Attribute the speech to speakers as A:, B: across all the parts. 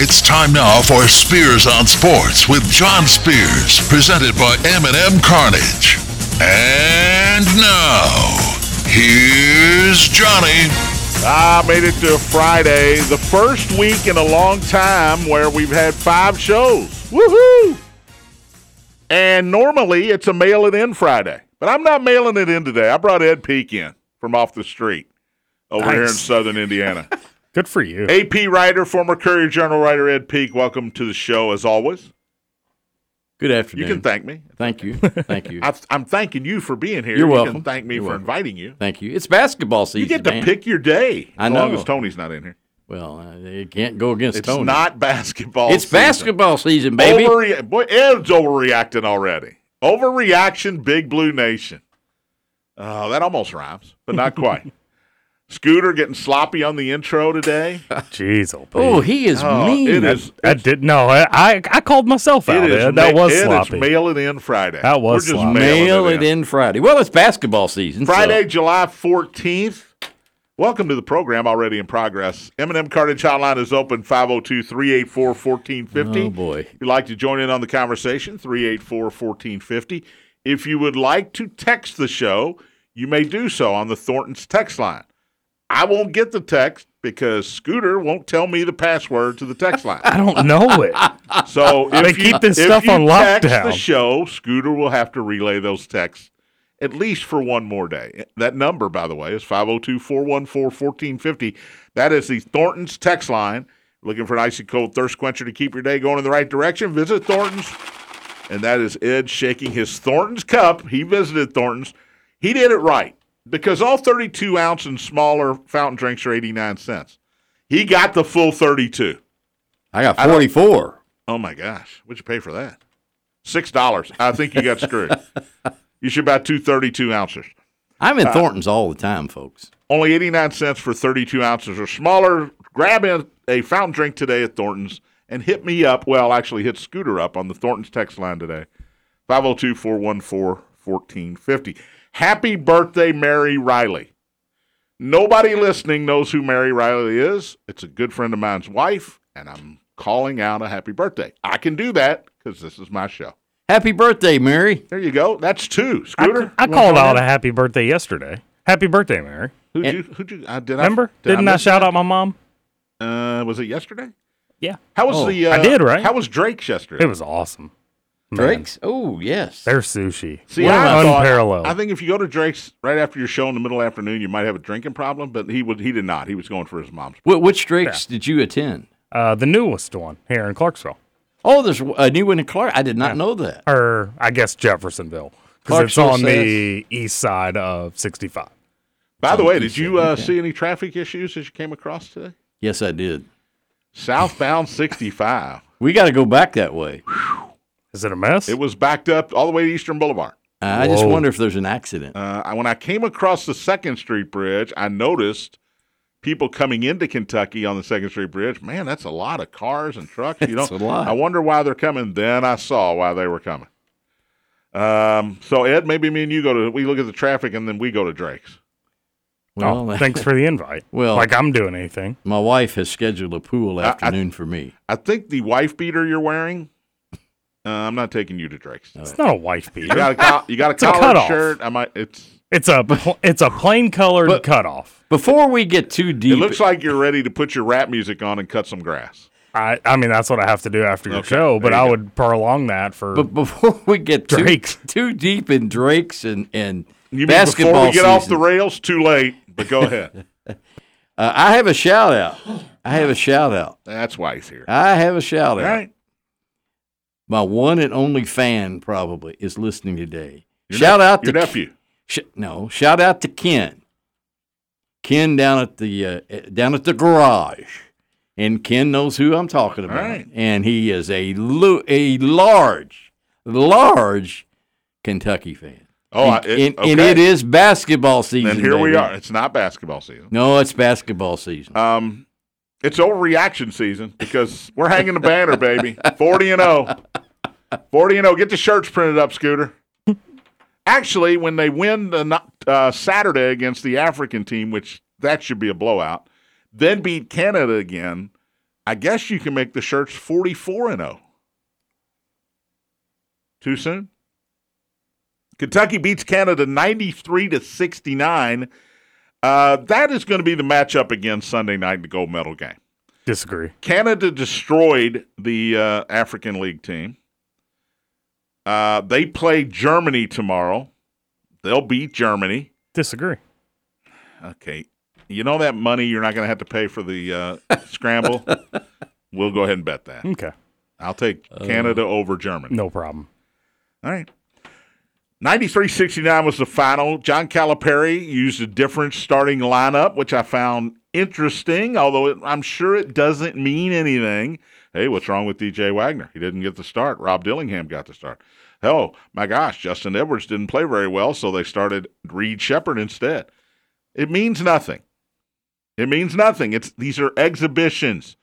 A: It's time now for Spears on Sports with John Spears, presented by M&M Carnage. And now, here's Johnny.
B: I made it to Friday, the first week in a long time where we've had five shows. Woohoo! And normally it's a mail it in Friday, but I'm not mailing it in today. I brought Ed Peak in from off the street over here in
C: Nice.
B: southern Indiana.
C: Good for you.
B: AP writer, former Courier Journal writer Ed Peak, welcome to the show as always.
D: Good
B: You
D: afternoon.
B: can thank me.
D: thank you. Thank you.
B: I, I'm thanking you for being here.
D: You're
B: you Can
D: welcome.
B: thank me
D: You're
B: for
D: welcome.
B: inviting you.
D: Thank you. It's basketball season.
B: You get to
D: man.
B: pick your day.
D: I
B: as long
D: know.
B: as Tony's not in here.
D: Well, uh, it can't go against
B: It's
D: Tony.
B: not basketball.
D: It's
B: season.
D: basketball season, baby.
B: Overre- boy, Ed's overreacting already. Overreaction, Big Blue Nation. Oh, that almost rhymes, but not quite. Scooter getting sloppy on the intro today.
C: Jeez, oh,
D: oh,
C: oh
D: he is
B: Oh,
D: mean.
B: it is.
C: I did no. I I I called myself out.
B: It is
C: Ed. That
B: ma-
C: was
B: it is
C: sloppy.
B: mail it in Friday.
C: That was
B: We're just
C: sloppy.
B: mailing it,
D: Mail
B: in.
D: Friday. Well, it's basketball season. so-
B: Friday, July 14th. Welcome to the program already in progress. Eminem Cartage Hotline is open 502 384 1450.
D: Oh, boy.
B: If you'd like to join in on the conversation, 384 1450. If you would like to text the show, you may do so on the Thornton's text line. I won't get the text because Scooter won't tell me the password to the text line.
C: I don't know it.
B: So if
C: They
B: you,
C: keep this
B: if
C: stuff
B: you
C: on
B: text The
C: lockdown.
B: show Scooter will have to relay those texts at least for one more day. That number, by the way, is 502-414-1450. That is the Thornton's text line. Looking for an icy cold thirst quencher to keep your day going in the right direction? Visit Thornton's. And that is Ed shaking his Thornton's cup. He visited Thornton's. He did it right because all 32 ounce and smaller fountain drinks are 89 cents. He got the full 32.
D: I got 44.
B: Oh my gosh, what'd you pay for that? Six dollars. I think you got screwed. you should buy two 32 ounces.
D: I'm in
B: Uh,
D: Thornton's all the time, folks.
B: Only 89 cents for 32 ounces or smaller. Grab in a fountain drink today at Thornton's and hit me up. Well, actually, hit Scooter up on the Thornton's text line today 502 414 1450. Happy birthday, Mary Riley. Nobody listening knows who Mary Riley is. It's a good friend of mine's wife, and I'm calling out a happy birthday. I can do that because this is my show.
D: Happy birthday, Mary.
B: There you go. That's two.
C: I,
B: Scooter.
C: I
B: you wanna
C: called
B: go
C: out a
B: ahead?
C: happy birthday yesterday. Happy birthday, Mary.
B: Who'd you? Who'd you? Uh, did
C: Remember?
B: I, did
C: Didn't I,
B: miss-
C: shout out my mom?
B: Uh, was it yesterday?
C: Yeah,
B: How was
D: Oh,
B: the? Uh,
C: I did, right?
B: How was Drake's yesterday?
C: it was awesome. Man,
D: Drake's. Oh, yes.
C: their sushi.
B: See,
C: One
B: I thought-
C: unparalleled.
B: I think if you go to Drake's right after your show in the middle afternoon, you might have a drinking problem. But he would. He did not. He was going for his mom's.
D: Wh- which Drake's did you attend?
C: uh, the newest one here in Clarksville,
D: Oh, there's a new one in Clark. I did not know that.
C: or I guess Jeffersonville, because it's
D: Clarksville
C: on the east side of 65.
B: By the
D: Oh,
B: way,
D: he
B: did
D: said,
B: you uh,
D: okay.
B: see any traffic issues as you came across today?
D: Yes, I did.
B: Southbound 65.
D: We got to go back that way.
C: Is it a mess?
B: It was backed up all the way to Eastern Boulevard.
D: I just
C: Whoa.
D: wonder if there's an accident.
B: Uh, I- when I came across the Second Street Bridge, I noticed people coming into Kentucky on the Second Street Bridge. Man, that's a lot of cars and trucks. You know,
D: That's a lot.
B: I wonder why they're coming. Then I saw why they were coming. Um, so Ed, maybe me and you go to we look at the traffic and then we go to Drake's.
C: Oh,
D: Well,
C: thanks for the invite.
D: Well-
C: like I'm doing anything.
D: My wife has scheduled a pool
B: I- I-
D: afternoon for me.
B: I think the wife beater you're wearing. Uh, I'm not taking you to Drake's.
C: It's not a wife
B: You
C: beater.
B: got a col- you got a
C: a
B: collared
C: cutoff.
B: shirt. I might. It's
C: It's a pl- it's a plain colored
D: But-
C: cutoff.
D: Before we get too
B: it
D: deep,
B: looks like you're ready to put your rap music on and cut some grass.
C: I I mean that's what I have to do after your
B: Okay,
C: show, but
B: there you
C: I
B: go.
C: would prolong that for.
D: but before we get too,
C: Drake's.
D: too deep in Drake's and and
B: You mean
D: basketball
B: before we get off the
D: season,
B: rails? Too late. But go ahead.
D: uh, I have a shout out. I have a shout out.
B: That's why he's here.
D: I have a shout out.
B: All right.
D: My one and only fan probably is listening today.
B: Your
D: shout
B: nep-
D: out to
B: your nephew.
D: Sh- no, shout out to Ken. Ken down at the uh, eh, down at the garage, and Ken knows who I'm talking about,
B: right.
D: and he is a lu- a large, large Kentucky fan.
B: Oh,
D: and,
B: I- it-
D: and- and
B: okay.
D: it is basketball season.
B: And here we
D: baby.
B: are. It's not basketball season.
D: No, it's basketball season.
B: Um, it's overreaction season because we're hanging the banner, baby. Forty and zero. Forty and zero. Get the shirts printed up, Scooter. Actually, when they win the no- uh, Saturday against the African team, which that should be a blowout, then beat Canada again, I guess you can make the shirts 44 and 0. Too soon? Kentucky beats Canada 93 to 69. Uh, that is going to be the matchup again Sunday night in the gold medal game.
C: Disagree.
B: Canada destroyed the uh, African League team. Uh, they play Germany tomorrow. They'll beat Germany.
C: Disagree.
B: Okay. You know that money you're not going to have to pay for the uh, scramble? we'll go ahead and bet that.
C: Okay.
B: I'll take Canada over Germany.
C: No problem.
B: All right. 93-69 was the final. John Calipari used a different starting lineup, which I found interesting, although it, I'm sure it doesn't mean anything. Hey, what's wrong with DJ Wagner? He didn't get the start. Rob Dillingham got the start. Oh, my gosh, Justin Edwards didn't play very well, so they started Reed Shepard instead. It means nothing. It means nothing. It's these are exhibitions.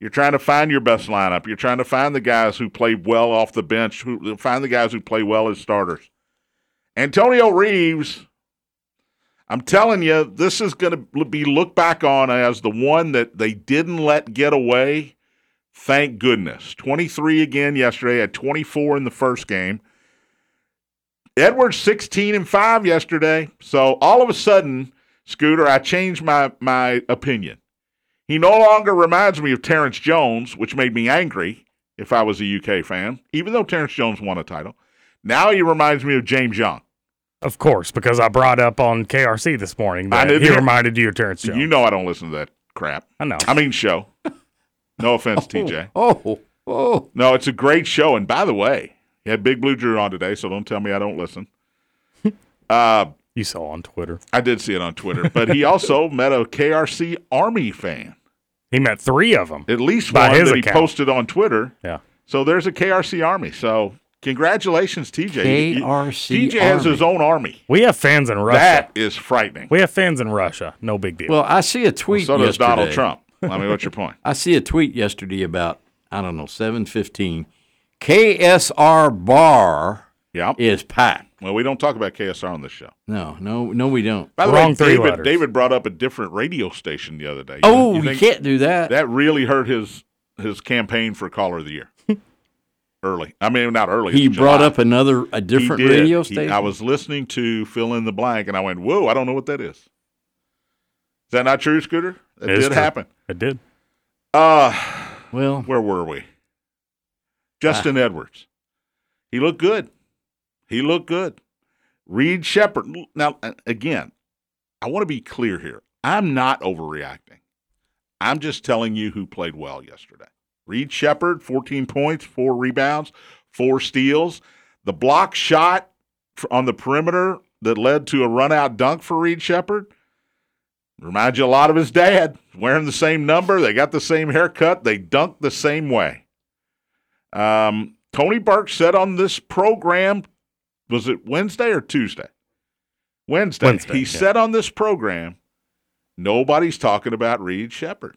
B: You're trying to find your best lineup. You're trying to find the guys who play well off the bench, who find the guys who play well as starters. Antonio Reeves, I'm telling you, this is going to be looked back on as the one that they didn't let get away. Thank goodness. 23 again yesterday, had 24 in the first game. Edwards 16 and 5 yesterday. So all of a sudden, Scooter, I changed my my opinion. He no longer reminds me of Terrence Jones, which made me angry if I was a UK fan, even though Terrence Jones won a title. Now he reminds me of James Young.
C: Of course, because I brought up on KRC this morning
B: I
C: that
B: didn't
C: he
B: hear-
C: reminded you of Terrence Jones.
B: You know I don't listen to that crap.
C: I know.
B: I mean show. No offense, TJ.
D: Oh, oh.
B: No, it's a great show. And by the way, he had Big Blue Drew on today, so don't tell me I don't listen. Uh,
C: you saw on Twitter.
B: I did see it on Twitter, but he also met a KRC Army fan.
C: He met three of them.
B: At least
C: By
B: one
C: his
B: that he
C: account.
B: posted on Twitter.
C: Yeah.
B: So there's a KRC Army. So congratulations, TJ. You- you-
D: KRC
B: TJ has
D: Army.
B: his own army.
C: We have fans in Russia.
B: That is frightening.
C: We have fans in Russia. No big deal.
D: Well, I see a tweet.
B: so does Donald
D: yesterday.
B: Trump. I mean, what's your point?
D: I see a tweet yesterday about I don't know seven fifteen. KSR bar
B: Yeah.
D: is packed.
B: Well, we don't talk about KSR on this show.
D: No, no, no, we don't.
B: By the
C: Wrong
B: way,
C: three
B: David,
C: letters.
B: David brought up a different radio station the other day. You-
D: Oh,
B: you
D: you,
B: think
D: can't do that.
B: that really hurt his his campaign for caller of the year. early, I mean, not early.
D: he
B: it's
D: brought
B: July.
D: up another a
B: He
D: different
B: did.
D: radio
B: He-
D: station.
B: I was listening to fill in the blank, and I went, "Whoa, I don't know what that is." Is that not true, Scooter? That
C: It is
B: did
C: true.
B: happen.
C: it did.
B: Uh
D: well,
B: where were we? Justin Edwards. He looked good. He looked good. Reed Shepard. Now, a- again, I want to be clear here. I'm not overreacting. I'm just telling you who played well yesterday. Reed Shepard, 14 points, four rebounds, four steals. The block shot f- on the perimeter that led to a run out dunk for Reed Shepard reminds you a lot of his dad. Wearing the same number, they got the same haircut, they dunk the same way. Um, Tony Burke said on this program, was it Wednesday or Tuesday? Wednesday.
C: Wednesday,
B: he
C: yeah.
B: said on this program, nobody's talking about Reed Shepard.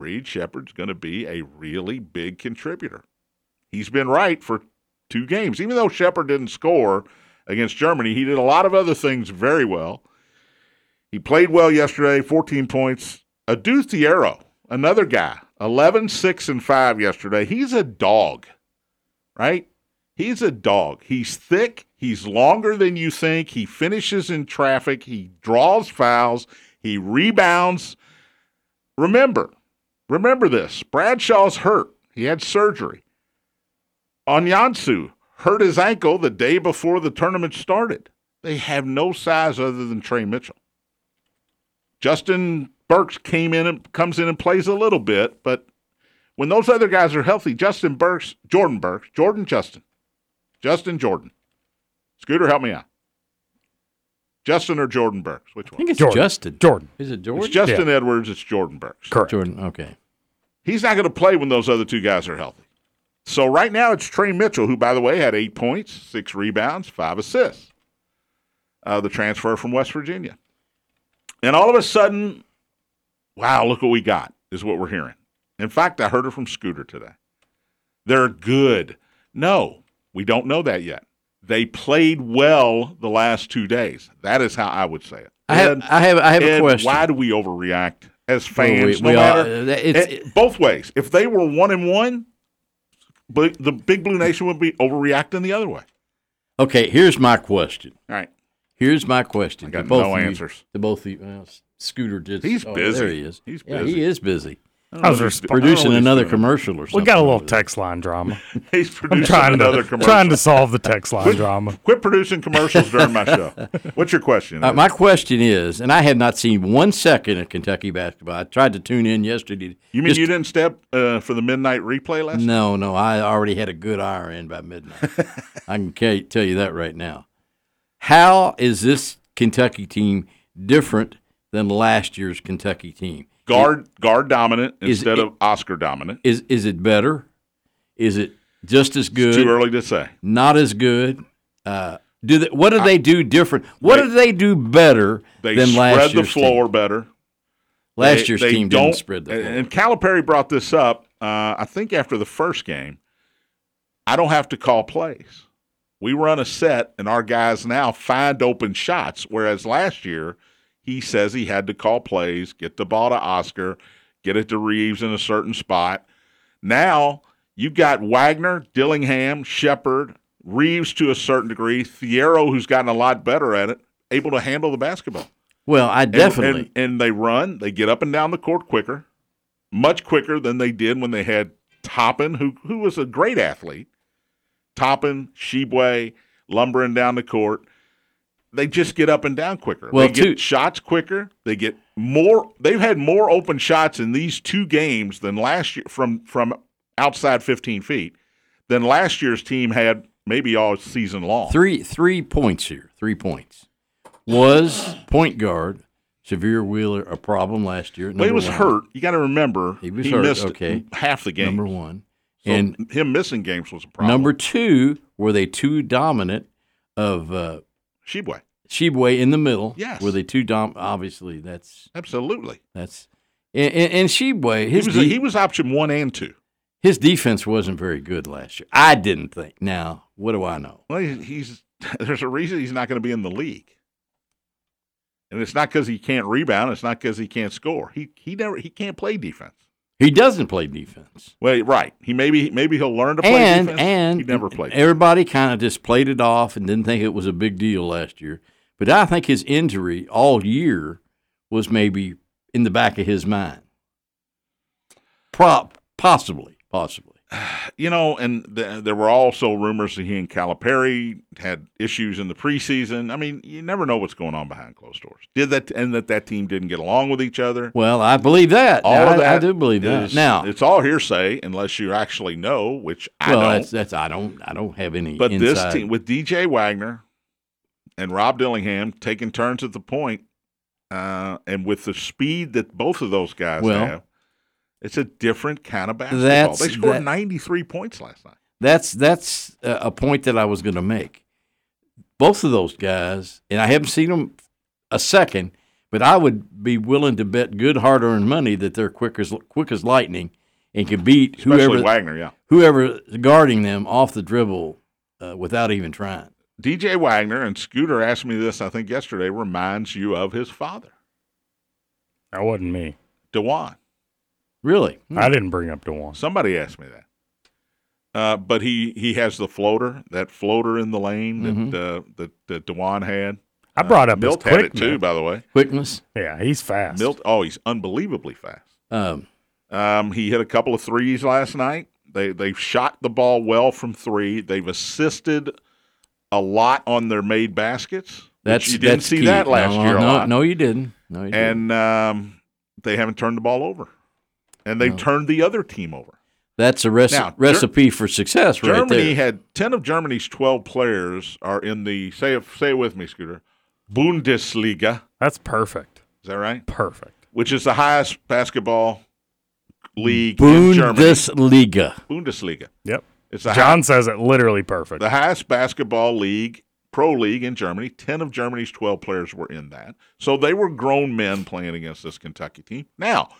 B: Reed Shepard's going to be a really big contributor. He's been right for two games. Even though Shepard didn't score against Germany, he did a lot of other things very well. He played well yesterday, 14 points. Adu Thiero, another guy, 11, 6, and 5 yesterday. He's a dog, right? He's a dog. He's thick. He's longer than you think. He finishes in traffic. He draws fouls. He rebounds. Remember, remember this Bradshaw's hurt. He had surgery. Onyansu hurt his ankle the day before the tournament started. They have no size other than Trey Mitchell. Justin Burks came in and comes in and plays a little bit, but when those other guys are healthy, Justin Burks, Jordan Burks, Jordan Justin, Justin Jordan, Scooter, help me out. Justin or Jordan Burks, which one?
D: I think it's
C: Jordan.
D: Justin.
C: Jordan.
D: Is it Jordan?
B: It's Justin Edwards. It's Jordan Burks.
C: Correct.
D: Jordan. Okay.
B: He's not going to play when those other two guys are healthy. So right now it's Trey Mitchell, who by the way had eight points, six rebounds, five assists. Uh, the transfer from West Virginia, and all of a sudden, wow! Look what we got is what we're hearing. In fact, I heard it from Scooter today. They're good. No, we don't know that yet. They played well the last two days. That is how I would say it.
D: I have.
B: Ed,
D: I have. I have
B: Ed,
D: a question.
B: Why do we overreact as fans,
D: we- we
B: no
D: are-
B: matter
D: uh, it's-
B: it- both ways. If they were one and one, but the Big Blue Nation would be overreacting the other way.
D: Okay, here's my question.
B: All right,
D: Here's my question.
B: I got
D: to both
B: no
D: of you-
B: answers.
D: To both of you. Well, Scooter just.
B: He's
D: oh,
B: busy.
D: There he is.
B: He's
D: Yeah,
B: busy.
D: he is busy.
C: I was resp-
B: I don't know what
D: Producing
B: he's
D: another
B: doing.
D: commercial or something.
C: We got a
D: over
C: little
D: there.
C: text line drama.
B: He's producing
C: Trying
B: another
C: to
B: commercial.
C: trying to solve the text line drama.
B: Quit producing commercials during my show. What's your question?
D: Uh, my question is, and I had not seen one second of Kentucky basketball. I tried to tune in yesterday.
B: you mean
D: just-
B: you didn't step uh, for the midnight replay last? night?
D: No, no, I already had a good hour in by midnight. I can ca- tell you that right now. How is this Kentucky team different than last year's Kentucky team?
B: Guard guard dominant
D: Is
B: instead
D: it-
B: of Oscar dominant.
D: Is is it better? Is it just as
B: It's
D: good?
B: too early to say.
D: Not as good. Uh, do they, what do they do different? What do they do better
B: They
D: than
B: spread
D: last
B: the
D: year's
B: floor
D: team?
B: better.
D: Last
B: They-
D: year's
B: they
D: team
B: don't-
D: didn't spread the floor.
B: And Calipari brought this up, uh, I think, after the first game. I don't have to call plays. We run a set, and our guys now find open shots. Whereas last year, he says he had to call plays, get the ball to Oscar, get it to Reeves in a certain spot. Now you've got Wagner, Dillingham, Shepard, Reeves to a certain degree, Thiero, who's gotten a lot better at it, able to handle the basketball.
D: well, I
B: And-
D: definitely.
B: And, and they run, they get up and down the court quicker, much quicker than they did when they had Toppin, who who was a great athlete. Toppin, Shebue, lumbering down the court. They just get up and down quicker.
D: Well,
B: they get
D: too-
B: shots quicker. They get more. They've had more open shots in these two games than last year from from outside 15 feet than last year's team had maybe all season long.
D: three three points here. Three points. Was point guard Severe Wheeler a problem last year?
B: Well, he
D: Number
B: was
D: one.
B: hurt. You got to remember
D: He was hurt,
B: missed
D: okay.
B: half the game.
D: Number one.
B: So
D: and
B: him missing games was a problem.
D: number two, were they too dominant of uh,
B: Sheboy,
D: Shibwe in the middle?
B: Yes.
D: Were they too dom? Obviously, that's
B: absolutely.
D: that's and, and, and Shibwe his
B: he was
D: de-
B: he was option one and two.
D: his defense wasn't very good last year. I didn't think. Now, what do I know?
B: Well, he's, he's there's a reason he's not going to be in the league, and it's not because he can't rebound. It's not because he can't score. He he never he can't play defense.
D: He doesn't play defense.
B: Well, right. He maybe maybe he'll learn to play
D: and
B: defense.
D: and
B: he never played.
D: Everybody kind of just played it off and didn't think it was a big deal last year. But I think his injury all year was maybe in the back of his mind. Prop possibly, possibly.
B: you know, and th- there were also rumors that he and Calipari had issues in the preseason. I mean, you never know what's going on behind closed doors. Did that and that that team didn't get along with each other.
D: Well, I believe that.
B: All
D: Now,
B: of
D: I-
B: that
D: I do believe that.
B: is-
D: now,
B: it's all hearsay unless you actually know, which I
D: well,
B: don't.
D: that's that's I don't I don't have any.
B: But
D: inside-
B: this team with DJ Wagner and Rob Dillingham taking turns at the point, uh, and with the speed that both of those guys
D: Well,
B: have, it's a different kind of basketball.
D: that's-
B: they scored
D: that-
B: 93 points last night.
D: That's that's a a point that I was going to make. Both of those guys, and I haven't seen them a second, but I would be willing to bet good hard-earned money that they're quick as quick as lightning and can beat
B: Especially
D: whoever
B: Wagner, yeah.
D: whoever guarding them off the dribble uh, without even trying.
B: DJ Wagner and Scooter asked me this, I think yesterday, reminds you of his father,
C: That wasn't me.
B: Dewan.
D: Really,
B: Hmm.
C: I didn't bring up DeWan.
B: Somebody asked me that. Uh, but he he has the floater, that floater in the lane that uh, that, that Dewan had.
C: I brought up his
B: Uh, Milt had it
C: quick.
B: too, by the way.
D: quickness.
C: Yeah, he's fast.
B: Milt, oh, he's unbelievably fast.
D: Um,
B: Um, he hit a couple of threes last night. They they've shot the ball well from three. They've assisted a lot on their made baskets. which
D: that's
B: you didn't
D: that's
B: see
D: key.
B: that
D: No,
B: last
D: no,
B: year. a
D: No,
B: lot.
D: no, you didn't. No, you didn't.
B: and um, they haven't turned the ball over, and they've turned the other team over.
D: that's a reci-
B: Now, Ger-
D: recipe for success, right
B: Germany
D: there.
B: had ten of Germany's twelve players are in the say it, say it with me, Scooter, Bundesliga.
C: That's perfect.
B: Is that right?
C: Perfect.
B: Which is the highest basketball league in Germany?
D: Bundesliga.
B: Bundesliga.
C: Yep.
B: It's the,
C: John says it literally perfect.
B: hi- the highest basketball league, pro league in Germany. Ten of Germany's twelve players were in that, so they were grown men playing against this Kentucky team. Now,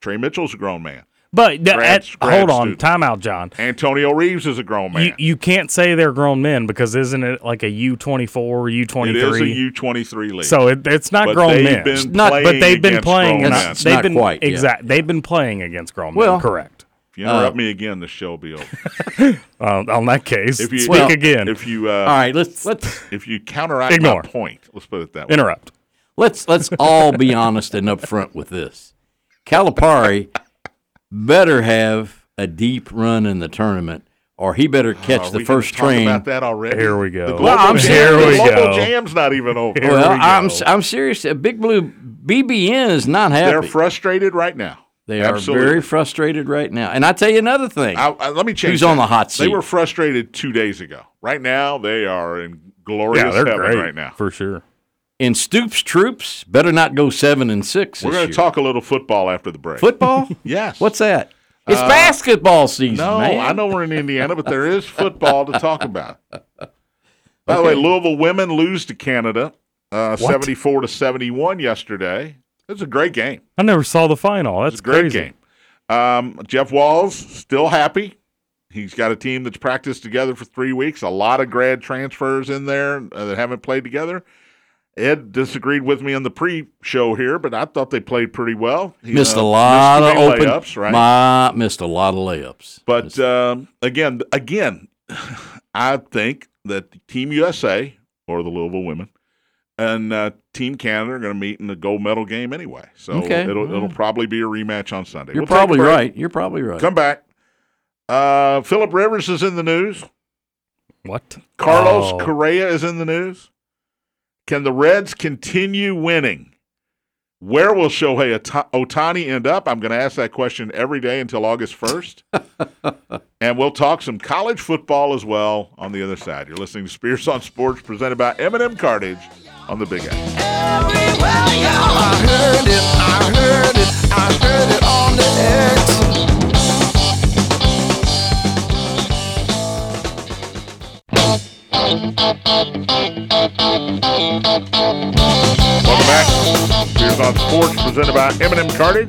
B: Trey Mitchell's a grown man.
C: But the-
B: Grad-
C: at,
B: grad
C: hold on,
B: student.
C: timeout, John.
B: Antonio Reeves is a grown man.
C: You, you can't say they're grown men because isn't it like a U twenty four, U twenty
B: it is a
C: three?
B: U twenty three league.
C: So it, it's not
B: But
C: grown
B: they've
C: men.
B: been
D: Not- but
C: but they've been
B: against
C: playing.
B: grown
C: and
D: against-
B: men.
D: It's
C: they've
D: not
C: been
D: quite yet.
C: exact. They've been playing against grown men.
D: Well-
C: correct.
B: If you interrupt me again, the show will be over.
C: Uh, on that case,
B: If you,
C: speak
B: well,
C: again.
B: If you uh,
D: All right, let's let's
B: if you counteract
C: Ignore.
B: my point, let's put it that way.
C: Interrupt.
D: let's let's all be honest and upfront with this. Calipari better have a deep run in the tournament, or he better
B: Are Oh,
D: catch the
B: Uh, we gonna
D: first
B: talk
D: train.
B: about that already.
C: Here we go.
B: The global
C: Well,
D: I'm
B: jam-
D: here
B: the
C: we
B: global
C: go.
B: jam's not even over.
C: Here
D: Well,
C: we go.
D: I'm I'm serious. Uh, Big Blue BBN is not
B: They're
D: happy.
B: frustrated right now.
D: They are
B: Absolutely.
D: very frustrated right now. And I tell you another thing.
B: I, I- let me change.
D: Who's
B: that.
D: on the hot
B: They
D: seat?
B: were frustrated two days ago. Right now, they are in glorious
C: Yeah, they're
B: heaven
C: great
B: right now.
C: for sure.
D: In Stoops troops, better not go seven and six.
B: We're
D: this
B: going to
D: year.
B: talk a little football after the break.
D: football.
B: yes. Uh,
D: What's that? It's basketball season.
B: no?
D: man.
B: I know we're in Indiana, but there is football to talk about. By the way, Louisville women lose to Canada, uh, seventy-four to seventy-one yesterday. It's a great game.
C: I never saw the final. That's
B: It's a great
C: crazy.
B: game. Um, Jeff Walls still happy. He's got a team that's practiced together for three weeks. A lot of grad transfers in there uh, that haven't played together. Ed disagreed with me on the pre-show here, but I thought they played pretty well. He,
D: missed
B: uh,
D: a lot
B: missed
D: of
B: many
D: open
B: layups, right?
D: My, missed a lot of layups.
B: But um, again, again, I think that Team USA or the Louisville women and uh, Team Canada are going to meet in the gold medal game anyway. So
D: Okay.
B: it'll it'll probably be a rematch on Sunday.
D: You're
B: We'll take a
D: probably
B: break.
D: right. You're probably right.
B: Come back. Uh, Philip Rivers is in the news.
C: What?
B: Carlos
C: Oh.
B: Correa is in the news. Can the Reds continue winning? Where will Shohei Otani end up? I'm going to ask that question every day until August 1st. and we'll talk some college football as well on the other side. You're listening to Spears on Sports presented by Eminem Cartage on the Big X.
E: Everywhere you are. I heard it, I heard it, I heard it on the X.
B: Welcome back. Spears on Sports, presented by Eminem Cartage.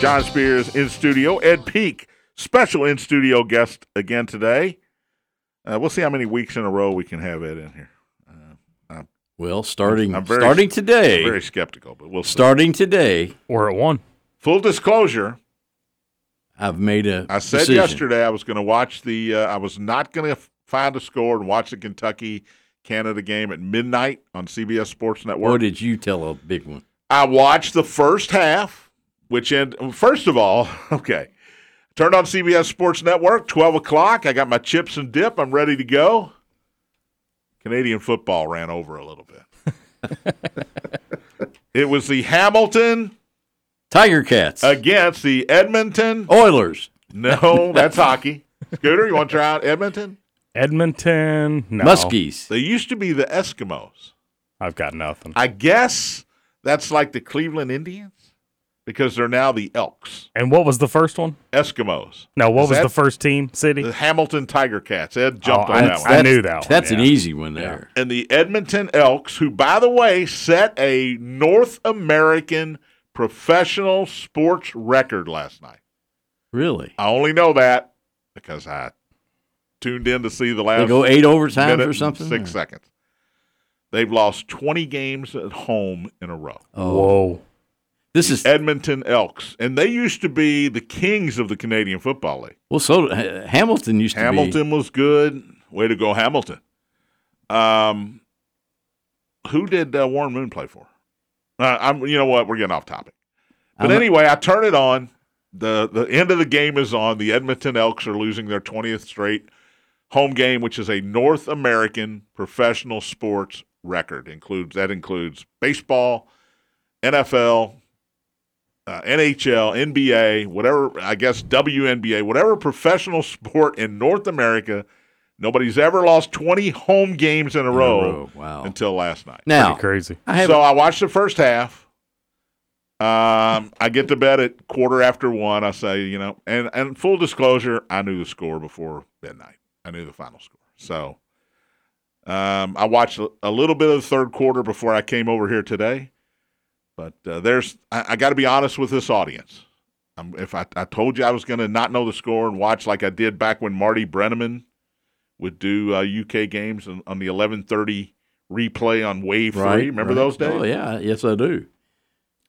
B: John Spears in studio. Ed Peak, special in studio guest again today. Uh, we'll see how many weeks in a row we can have Ed in here.
D: Well, starting
B: I'm very-
D: starting today.
B: Very skeptical, but we'll see.
D: starting today,
C: We're at one.
B: Full disclosure:
D: I've made a
B: I said
D: decision.
B: yesterday I was going to watch the. Uh, I was not going to find a score and watch the Kentucky Canada game at midnight on CBS Sports Network.
D: What did you tell a big one?
B: I watched the first half, which end first of all, okay. Turned on CBS Sports Network, twelve o'clock. I got my chips and dip. I'm ready to go. Canadian football ran over a little bit. it was the Hamilton
D: Tiger Cats,
B: against the Edmonton.
D: Oilers,
B: No, that's hockey. Scooter, you want to try out Edmonton?
C: Edmonton. No.
D: Muskies.
B: They used to be the Eskimos.
C: I've got nothing.
B: I guess that's like the Cleveland Indians because they're now the Elks,
C: And what was the first one?
B: Eskimos.
C: No, what
B: Is
C: was
B: that- Uh,
C: the first team? City.
B: The Hamilton Tiger Cats. Ed jumped
C: Oh,
B: on that
C: that's-
B: one.
C: I knew that one,
D: That's an
C: yeah.
D: easy one there.
B: and the Edmonton Elks, who, by the way, set a North American professional sports record last night.
D: Really?
B: I only know that because I tuned in to see the last
D: They go eight overtimes
B: minute
D: or
B: and
D: something.
B: six seconds. They've lost 20 games at home in a row.
C: Whoa.
D: Oh, This is
B: Edmonton Elks, and they used to be the kings of the Canadian Football League.
D: well. So Ha- Hamilton used to be.
B: Hamilton was good. Way to go, Hamilton. Um, who did uh, Warren Moon play for? Uh, I'm. You know what? We're getting off topic. But
D: I'm not-
B: anyway, I turn it on. the The end of the game is on. The Edmonton Elks are losing their twentieth straight home game, which is a North American professional sports record. includes That includes baseball, NFL, uh, NHL, NBA, whatever, I guess WNBA, whatever professional sport in North America, nobody's ever lost 20 home games in a, row,
D: row, wow.
B: until last night.
D: Now
C: Pretty crazy.
D: I have
B: so I watched the first half. Um, I get to bed at quarter after one. I say, you know, and, and full disclosure, I knew the score before midnight. I knew the final score. So um, I watched a- a little bit of the third quarter before I came over here today. But uh, there's, I, I got to be honest with this audience. I'm, if I, I told you I was going to not know the score and watch like I did back when Marty Brenneman would do uh, UK games on, on the 11:30 replay on Wave Three. Remember
D: right.
B: those days?
D: Oh yeah, yes I do.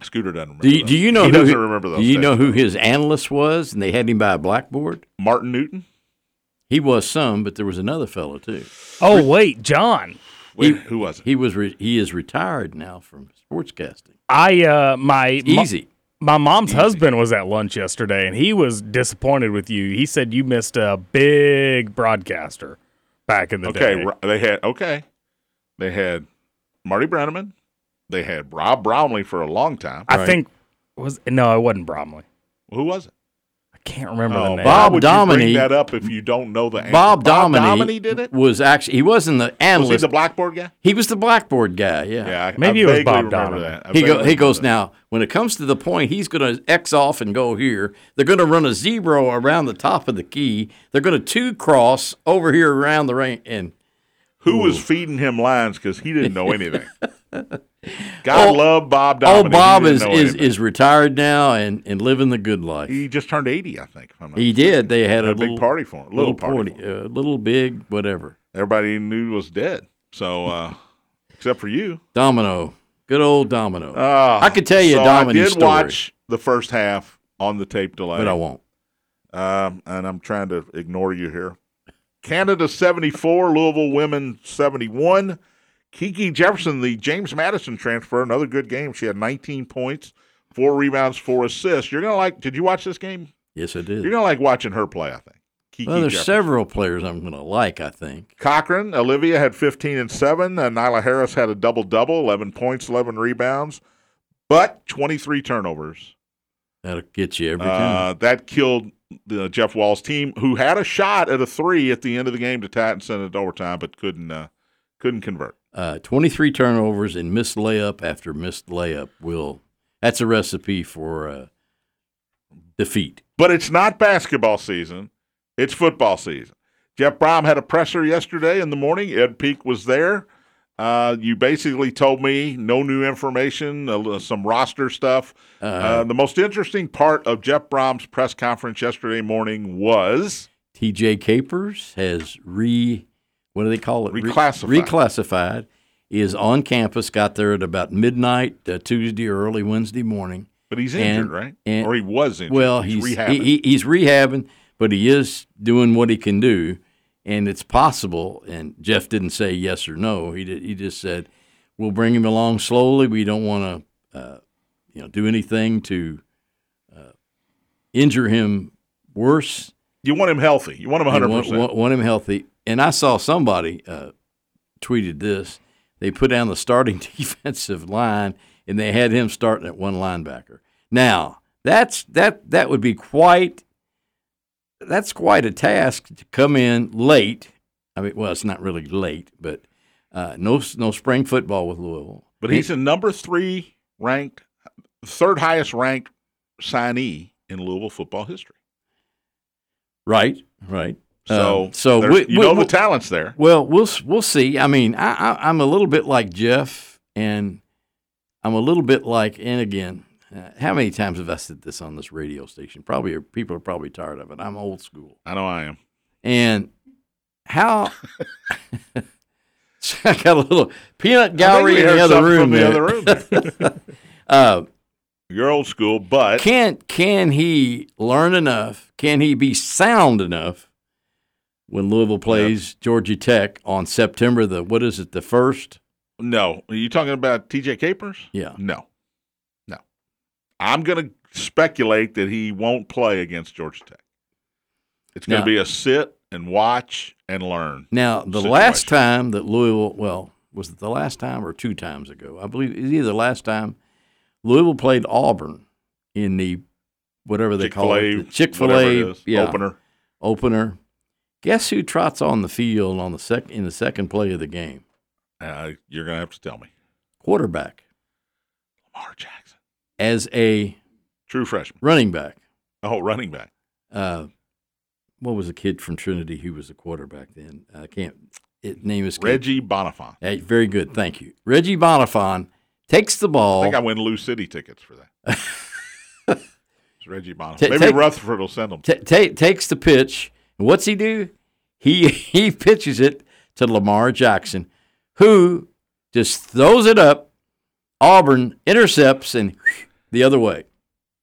B: Scooter doesn't remember.
D: Do you,
B: those.
D: do you know
B: He
D: who,
B: doesn't remember those.
D: Do you
B: days.
D: know who his analyst was? And they had him by a blackboard.
B: Martin Newton?
D: He was some, but there was another fellow too.
C: Oh wait, John.
B: Wait, who was it?
D: He was re- he is retired now from sportscasting.
C: I uh my mo-
D: Easy.
C: my mom's husband was at lunch yesterday and he was disappointed with you. He said you missed a big broadcaster back in the
B: Okay,
C: day.
B: Ro- they had okay, they had Marty Brenneman, they had Rob Brownlee for a long time.
C: I
D: Right.
C: think was no, it wasn't Bromley.
B: who was it? Oh,
C: I can't remember the name.
D: Bob
B: Why would you
D: Dominy-
B: bring that up if you don't know the answer?
D: Bob, Dominy,
B: did it.
D: Was actually he wasn't the
B: Was
D: analyst.
B: he the blackboard guy?
D: he was the blackboard guy. Yeah.
B: Yeah, I,
C: Maybe
B: I
C: it was
B: vaguely
C: Bob
B: remember
C: Dominy.
B: that. I
D: He, go,
B: vaguely
D: he goes
B: remember
D: now. When it comes to the point, he's going to x off and go here. They're going to run a zero around the top of the key. They're going to two cross over here around the rain. And
B: that. Who was feeding him lines because he didn't know anything? God
D: Oh,
B: love Bob Dominy.
D: oh,
B: He
D: Bob
B: didn't
D: is
B: know
D: is,
B: anything.
D: is retired now and, and living the good life.
B: he just turned eighty, I think. If I'm not
D: He did. They had
B: Had
D: a,
B: a big
D: little,
B: party for him, little, party. for him.
D: a little big, whatever.
B: Everybody he knew was dead. So uh, except for you.
D: Domino, good old Domino.
B: Ah,
D: I could tell you a
B: so
D: Dominy
B: I did
D: story.
B: watch the first half on the tape delay,
D: but I won't.
B: um, and I'm trying to ignore you here. Canada 74, Louisville women 71. Kiki Jefferson, the James Madison transfer, another good game. She had 19 points, four rebounds, four assists. You're gonna like. Did you watch this game?
D: Yes, I
B: You're
D: did.
B: gonna like watching her play. I think. Kiki
D: Well, there's
B: Jefferson.
D: several players I'm going to like. I think.
B: Cochran, Olivia had 15 and 7. Uh, Nyla Harris had a double double, 11 points, 11 rebounds, but 23 turnovers.
D: That'll get you every time.
B: Uh, that killed the Jeff Wall's team, who had a shot at a three at the end of the game to tie it and send it to overtime, but couldn't uh, couldn't convert.
D: Uh, 23 turnovers and missed layup after missed layup will. That's a recipe for uh, defeat.
B: But it's not basketball season; it's football season. Jeff Brom had a presser yesterday in the morning. Ed Peak was there. Uh, you basically told me no new information, uh, some roster stuff.
D: Uh,
B: Uh, the most interesting part of Jeff Brom's press conference yesterday morning was
D: TJ Capers has re, what do they call it? Re-
B: Reclassified.
D: reclassified. Is on campus. Got there at about midnight uh, Tuesday or early Wednesday morning.
B: but he's
D: And-
B: injured, right?
D: and-
B: or he was injured.
D: Well,
B: he's,
D: he's
B: rehabbing.
D: he, he, he's rehabbing, but he is doing what he can do, and it's possible. And Jeff didn't say yes or no. He did, he just said we'll bring him along slowly. We don't want to, uh, you know, do anything to uh, injure him worse.
B: you want him healthy. You want him
D: We
B: 100.
D: Want,
B: percent
D: want, want him healthy. And I saw somebody uh, tweeted this. They put down the starting defensive line, and they had him starting at one linebacker. Now that's that that would be quite that's quite a task to come in late. I mean, well, it's not really late, but uh, no no spring football with Louisville.
B: But he's a number three ranked, third highest ranked signee in Louisville football history.
D: right, right.
B: So,
D: Um, so
B: there's-
D: we-
B: you
D: we-
B: know
D: we-
B: the talents there.
D: Well, we'll s- we'll see. I mean, I, I I'm a little bit like Jeff, and I'm a little bit like, and again, uh, how many times have I said this on this radio station? Probably people are probably tired of it. I'm old school,
B: I know I am.
D: and how. I got a little peanut
B: I think we
D: gallery in
B: heard
D: the other
B: something
D: room.
B: From the
D: there.
B: other room. there.
D: Uh,
B: You're old school, but
D: can can he learn enough? Can he be sound enough when Louisville plays Georgia Tech on September the what is it the first?
B: no. Are you talking about T.J. Capers?
D: Yeah.
B: No, no. I'm going to speculate that he won't play against Georgia Tech. It's going
D: No.
B: to be a sit and watch and learn.
D: Now, the
B: situation.
D: last time that Louisville, well, was it the last time or two times ago? I believe it's either the last time Louisville played Auburn in the whatever they call
B: Chick-fil-A,
D: it, Chick Fil
B: whatever it
D: A
B: is, opener.
D: opener. Guess who trots on the field on the sec in the second play of the game?
B: Uh, you're going to have to tell me,
D: Quarterback
B: Lamar Jackson,
D: as a
B: true freshman.
D: running back.
B: Oh, running back.
D: Uh, what was the kid from Trinity who was the quarterback then? I can't. It, name is
B: Reggie Bonifant.
D: Hey, very good, thank you. Reggie Bonifon takes the ball.
B: I think I win Lou City tickets for that. It's Reggie Bonham.
D: Ta-
B: Maybe
D: take-
B: Rutherford will send him.
D: Ta ta- takes the pitch. And what's he do? He he pitches it to Lamar Jackson, who just throws it up. Auburn intercepts and the other way.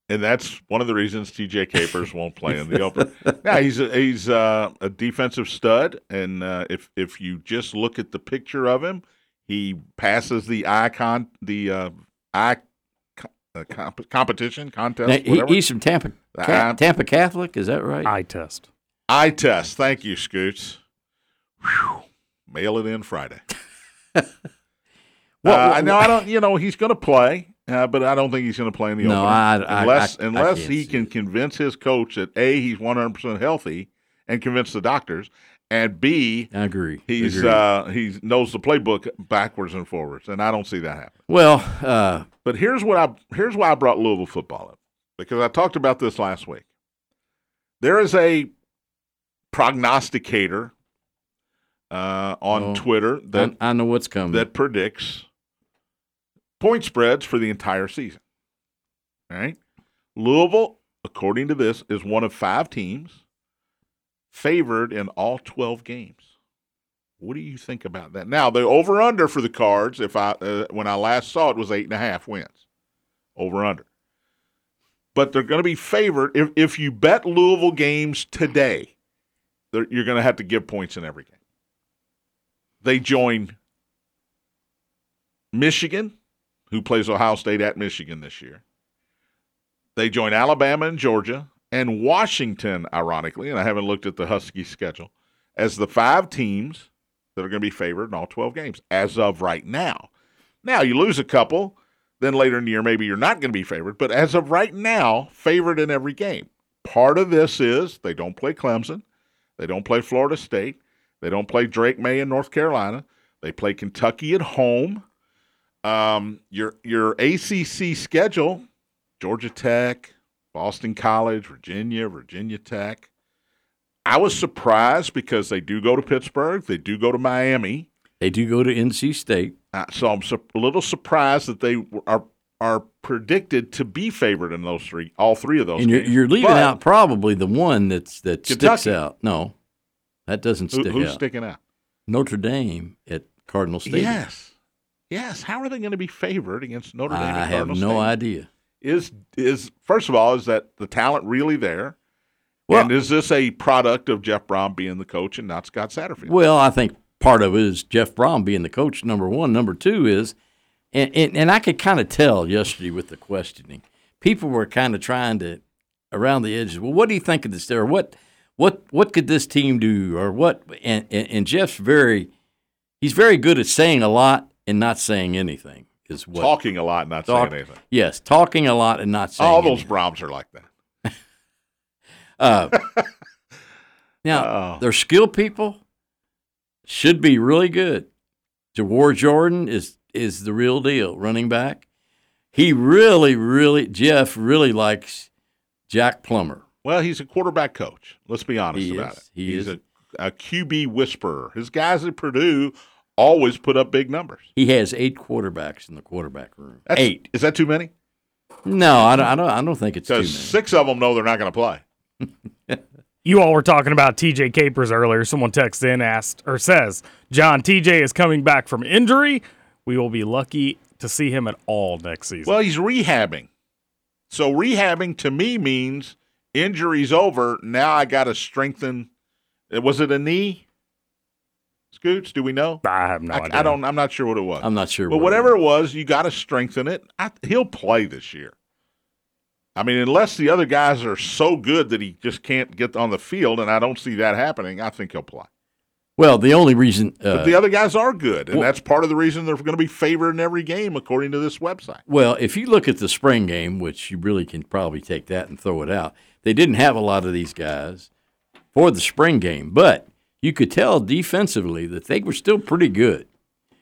B: and that's one of the reasons TJ Capers won't play in the open. Now he's a, he's uh, a defensive stud, and uh, if if you just look at the picture of him, he passes the icon the uh, eye co- uh, comp- competition contest.
D: Now, he,
B: whatever.
D: he's from Tampa. Ca-
B: Uh,
D: Tampa Catholic, is that right?
C: Eye test.
B: Eye test. Thank you, Scoots. Whew. Mail it in Friday.
D: What-
B: Uh,
D: what-
B: no, I don't. You know, he's going to play, uh, but I don't think he's going to play in the
D: No,
B: opener
D: I- I-
B: unless
D: I- I
B: unless
D: can't
B: he
D: see
B: can convince his coach that a he's one hundred percent healthy and convince the doctors, and b
D: I agree.
B: he's
D: Agree.
B: uh, he knows the playbook backwards and forwards, and I don't see that happen.
D: well. Uh,
B: But here's what I here's why I brought Louisville football up because I talked about this last week. There is a prognosticator uh, on
D: Oh,
B: Twitter that
D: I, I know what's coming.
B: that predicts point spreads for the entire season. All right. Louisville, according to this, is one of five teams favored in all 12 games. What do you think about that? Now, the over under for the cards, if I uh, when I last saw it was eight and a half wins, over under. But they're going to be favored if if you bet Louisville games today, they're- you're going to have to give points in every game. They join Michigan, who plays Ohio State at Michigan this year. They join Alabama and Georgia and Washington, ironically, and I haven't looked at the Husky schedule, as the five teams that are going to be favored in all 12 games as of right now. Now, you lose a couple, then later in the year, maybe you're not going to be favored, but as of right now, favored in every game. Part of this is they don't play Clemson, they don't play Florida State, they don't play Drake May in North Carolina, they play Kentucky at home. Um, your your ACC schedule: Georgia Tech, Boston College, Virginia, Virginia Tech. I was surprised because they do go to Pittsburgh, they do go to Miami.
D: they do go to NC State.
B: Uh, so I'm su- a little surprised that they w- are are predicted to be favored in those three, all three of those.
D: and you're,
B: games.
D: you're leaving
B: But
D: out probably the one that's that sticks
B: Kentucky.
D: out. No, that doesn't
B: who-
D: stick
B: who's
D: out.
B: sticking out.
D: Notre Dame at Cardinal Stadium.
B: Yes, yes. How are they going to be favored against Notre Dame?
D: I
B: and
D: have
B: Cardinal
D: no
B: Stadium?
D: idea.
B: Is is first of all, is that the talent really there?
D: Well,
B: and is this a product of Jeff Brom being the coach and not Scott Satterfield?
D: well, I think part of it is Jeff Brom being the coach. Number one, number two is, and and, and I could kind of tell yesterday with the questioning, people were kind of trying to around the edges. Well, what do you think of this? There, what what what could this team do, or what? And and, and Jeff's very, he's very good at saying a lot and not saying anything. Is what
B: Talking a lot, not
D: Talk-
B: saying anything.
D: Yes, talking a lot and not saying
B: All those
D: anything.
B: Broms are like that.
D: Uh, now
B: Oh.
D: their skill people should be really good. Jawar Jordan is is the real deal running back. He really, really Jeff really likes Jack Plummer.
B: Well, he's a quarterback coach. Let's be honest
D: He
B: about
D: is.
B: it.
D: He
B: he's
D: is.
B: A, a QB whisperer. His guys at Purdue always put up big numbers.
D: He has eight quarterbacks in the quarterback room.
B: That's,
D: eight?
B: Is that too many?
D: No, I don't. I don't. I don't think it's too many.
B: Because six of them know they're not going to play.
C: You all were talking about TJ Capers earlier. Someone texts in, asked, or says, John, TJ is coming back from injury. We will be lucky to see him at all next season.
B: Well, he's rehabbing. So rehabbing to me means injury's over. Now I got to strengthen. Was it a knee? Scoots, do we know?
C: I have no
B: I,
C: idea.
B: I don't. I'm not sure what it was.
D: I'm not sure.
B: But
D: what it
B: whatever
D: is.
B: it was, you got to strengthen it. I, he'll play this year. I mean, unless the other guys are so good that he just can't get on the field, and I don't see that happening, I think he'll play.
D: Well, the only reason. Uh,
B: But the other guys are good, and
D: well-
B: that's part of the reason they're going to be favored in every game, according to this website.
D: Well, if you look at the spring game, which you really can probably take that and throw it out, they didn't have a lot of these guys for the spring game, but you could tell defensively that they were still pretty good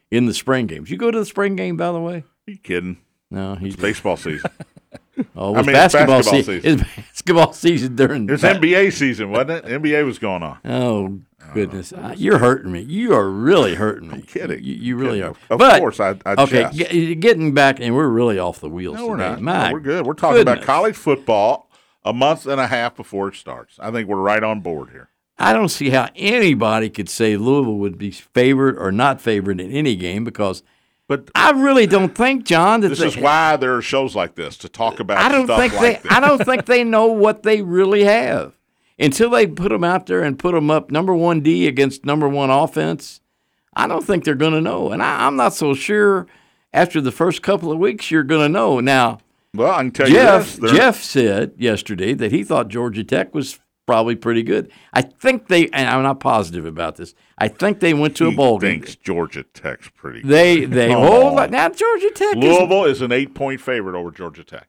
D: in the spring games. You go to the spring game, by the way?
B: you kidding?
D: No, he's
B: It's baseball season.
D: oh,
B: I
D: it's
B: mean, it's
D: basketball,
B: basketball
D: season. It's basketball season during
B: It's
D: ba-
B: NBA season, wasn't it? NBA was going on.
D: Oh goodness, I- you're hurting me. You are really hurting me. I'm
B: Uh, kidding.
D: You, you really are.
B: Of
D: But-
B: course, I- I
D: okay.
B: jest.
D: G- getting back, and we're really off the wheels.
B: No, we're
D: today.
B: not.
D: My
B: No, we're good. We're talking about
D: goodness.
B: college football a month and a half before it starts. I think we're right on board here.
D: I don't see how anybody could say Louisville would be favored or not favored in any game because
B: But
D: I really don't think John that
B: this
D: they-
B: is why there are shows like this to talk about.
D: I don't
B: stuff
D: think
B: like
D: they
B: this.
D: I don't think they know what they really have until they put them out there and put them up number one D against number one offense. I don't think they're going to know, and I, I'm not so sure. After the first couple of weeks, you're going to know. Now,
B: Well, I can tell
D: Jeff
B: you this. they're-
D: Jeff said yesterday that he thought Georgia Tech was probably pretty good. I think they, and I'm not positive about this. I think they went to a
B: he
D: bowl game.
B: thinks Georgia Tech's pretty. good.
D: They they
B: Come
D: hold
B: on.
D: now Georgia Tech. Is,
B: Louisville is an eight-point favorite over Georgia Tech.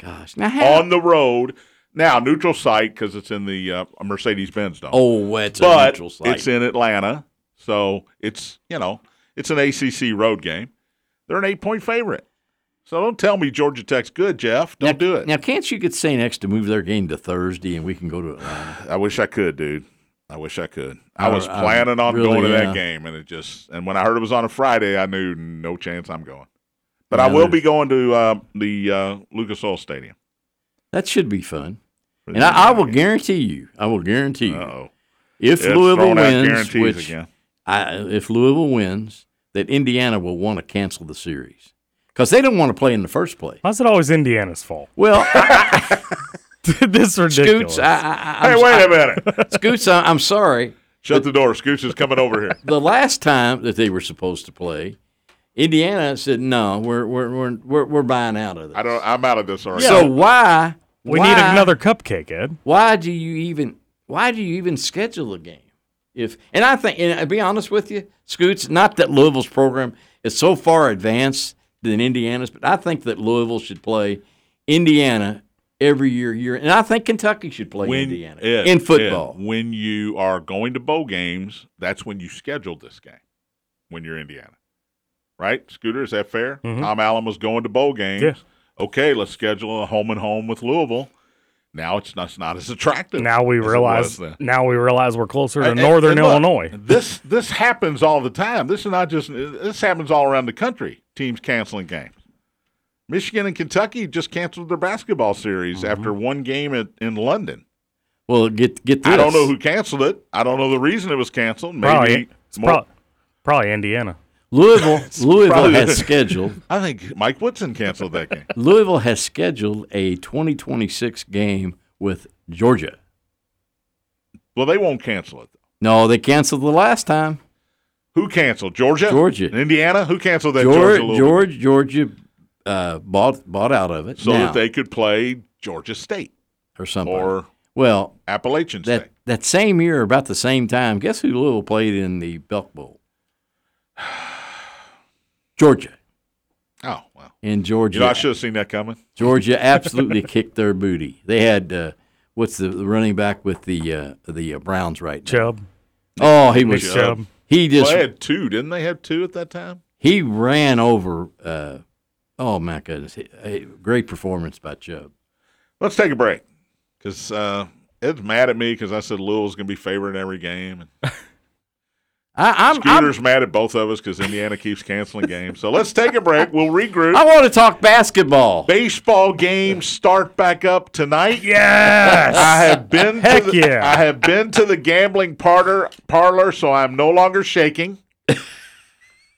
D: gosh, now how,
B: on the road. Now, neutral site because it's in the uh, Mercedes Benz dome.
D: oh, it's a
B: but
D: neutral site.
B: it's in Atlanta, so it's you know it's an ACC road game. They're an eight-point favorite. So don't tell me Georgia Tech's good, Jeff. Don't
D: now,
B: do it.
D: Now, can't you get St. X to move their game to Thursday and we can go to Atlanta?
B: I wish I could, dude. I wish I could. I
D: I-
B: was
D: I
B: planning on
D: really,
B: going to
D: yeah.
B: that game, and it just and when I heard it was on a Friday, I knew no chance I'm going. But I
D: Yeah,
B: will
D: there's-
B: be going to uh, the uh, Lucas Oil Stadium.
D: That should be fun. And I, I will guarantee you, I will guarantee you,
B: Oh,
D: if Louisville wins,
B: guarantees
D: which
B: again.
D: I, if Louisville wins, that Indiana will want to cancel the series because they don't want to play in the first place.
C: Why is it always Indiana's fault?
D: Well, I,
C: this is ridiculous.
D: Scoots, I, I, I'm,
B: Hey, wait a minute.
D: Scoots, I, I'm sorry.
B: Shut the door. Scooch is coming over here.
D: The last time that they were supposed to play, Indiana said, "No, we're we're we're we're, we're buying out of this."
B: I don't. I'm out of this already.
D: So why?
C: we
D: why-
C: need another cupcake, Ed.
D: Why do you even? Why do you even schedule a game? If and I think, and I'll be honest with you, Scoots, not that Louisville's program is so far advanced than Indiana's, but I think that Louisville should play Indiana every year, year, and I think Kentucky should play Indiana
B: Ed,
D: in football.
B: Ed, when you are going to bowl games, that's when you schedule this game. When you're Indiana, right? Scooter, is that fair?
C: Mm-hmm.
B: Tom Allen was going to bowl games.
C: Yeah.
B: Okay, let's schedule a home and home with Louisville. Now it's not, it's not as attractive.
C: Now we
B: as it
C: realize.
B: was then.
C: Now we realize we're closer to
B: And- and-
C: Northern
B: and look,
C: Illinois.
B: This this happens all the time. This is not just this happens all around the country. Teams canceling games. Michigan and Kentucky just canceled their basketball series
C: Mm-hmm.
B: after one game at, in London.
D: Well, get get this.
B: I don't know who canceled it. I don't know the reason it was canceled. Maybe
C: Probably, it's
B: more-
C: prob- probably Indiana.
D: Louisville. Louisville
B: probably-
D: has scheduled
B: I think Mike Woodson canceled that game.
D: Louisville has scheduled a 2026 game with Georgia.
B: Well, they won't cancel it.
D: No, they canceled the last time.
B: Who canceled? Georgia?
D: Georgia.
B: Indiana? Who canceled that
D: George
B: Georgia? Louisville?
D: George Georgia uh, bought bought out of it
B: So
D: now,
B: that they could play Georgia State
D: or something.
B: or
D: well,
B: Appalachian
D: that
B: State.
D: that same year, about the same time, guess who Louisville played in the Belk Bowl? Georgia
B: Oh, well.
D: in Georgia,
B: You know, I should have seen that coming.
D: Georgia absolutely kicked their booty. They had uh, what's the, the running back with the uh, the uh, Browns right now?
C: Chubb,
D: Oh, he was
C: Nick Chubb.
D: he
B: Well,
D: just
B: they had two, didn't they? Have two at that time.
D: he ran over. Uh, oh my goodness, He- he- great performance by Chubb.
B: Let's take a break because uh, Ed's mad at me because I said Louisville's going to be favored in every game, and
D: I, I'm, I'm
B: Scooter's mad at both of us because Indiana keeps canceling games. So let's take a break. We'll regroup.
D: I want to talk basketball.
B: baseball games start back up tonight.
C: Yes.
B: I have been to
C: Heck
B: the,
C: yeah.
B: I have been to the gambling parlor parlor, so I'm no longer shaking.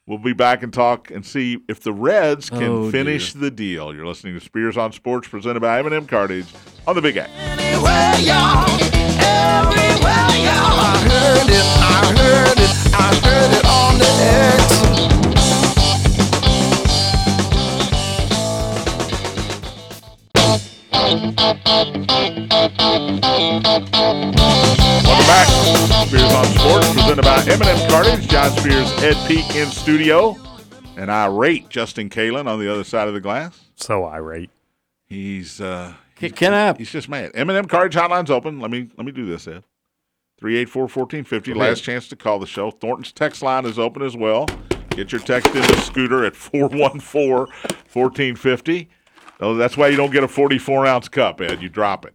B: we'll be back and talk and see if the Reds can
D: Oh,
B: finish the deal. You're listening to Spears on Sports presented by M&M Cartage on the Big X.
E: Anywhere, y'all. Everywhere, y'all. I heard it, I heard it, I heard it on the X.
B: Welcome back. Spears on Sports presented by M&M Cartage. John Spears, Ed Peak in studio. And I rate Justin Kalen on the other side of the glass.
C: so irate.
B: He's uh,
D: Can, can I?
B: He's just mad. Eminem Cartage Hotline's open. Let me let me do this, Ed. 384-1450. Last chance to call the show. Thornton's text line is open as well. Get your text in the scooter at 414-1450. Oh, that's why you don't get a 44-ounce cup, Ed. You drop it.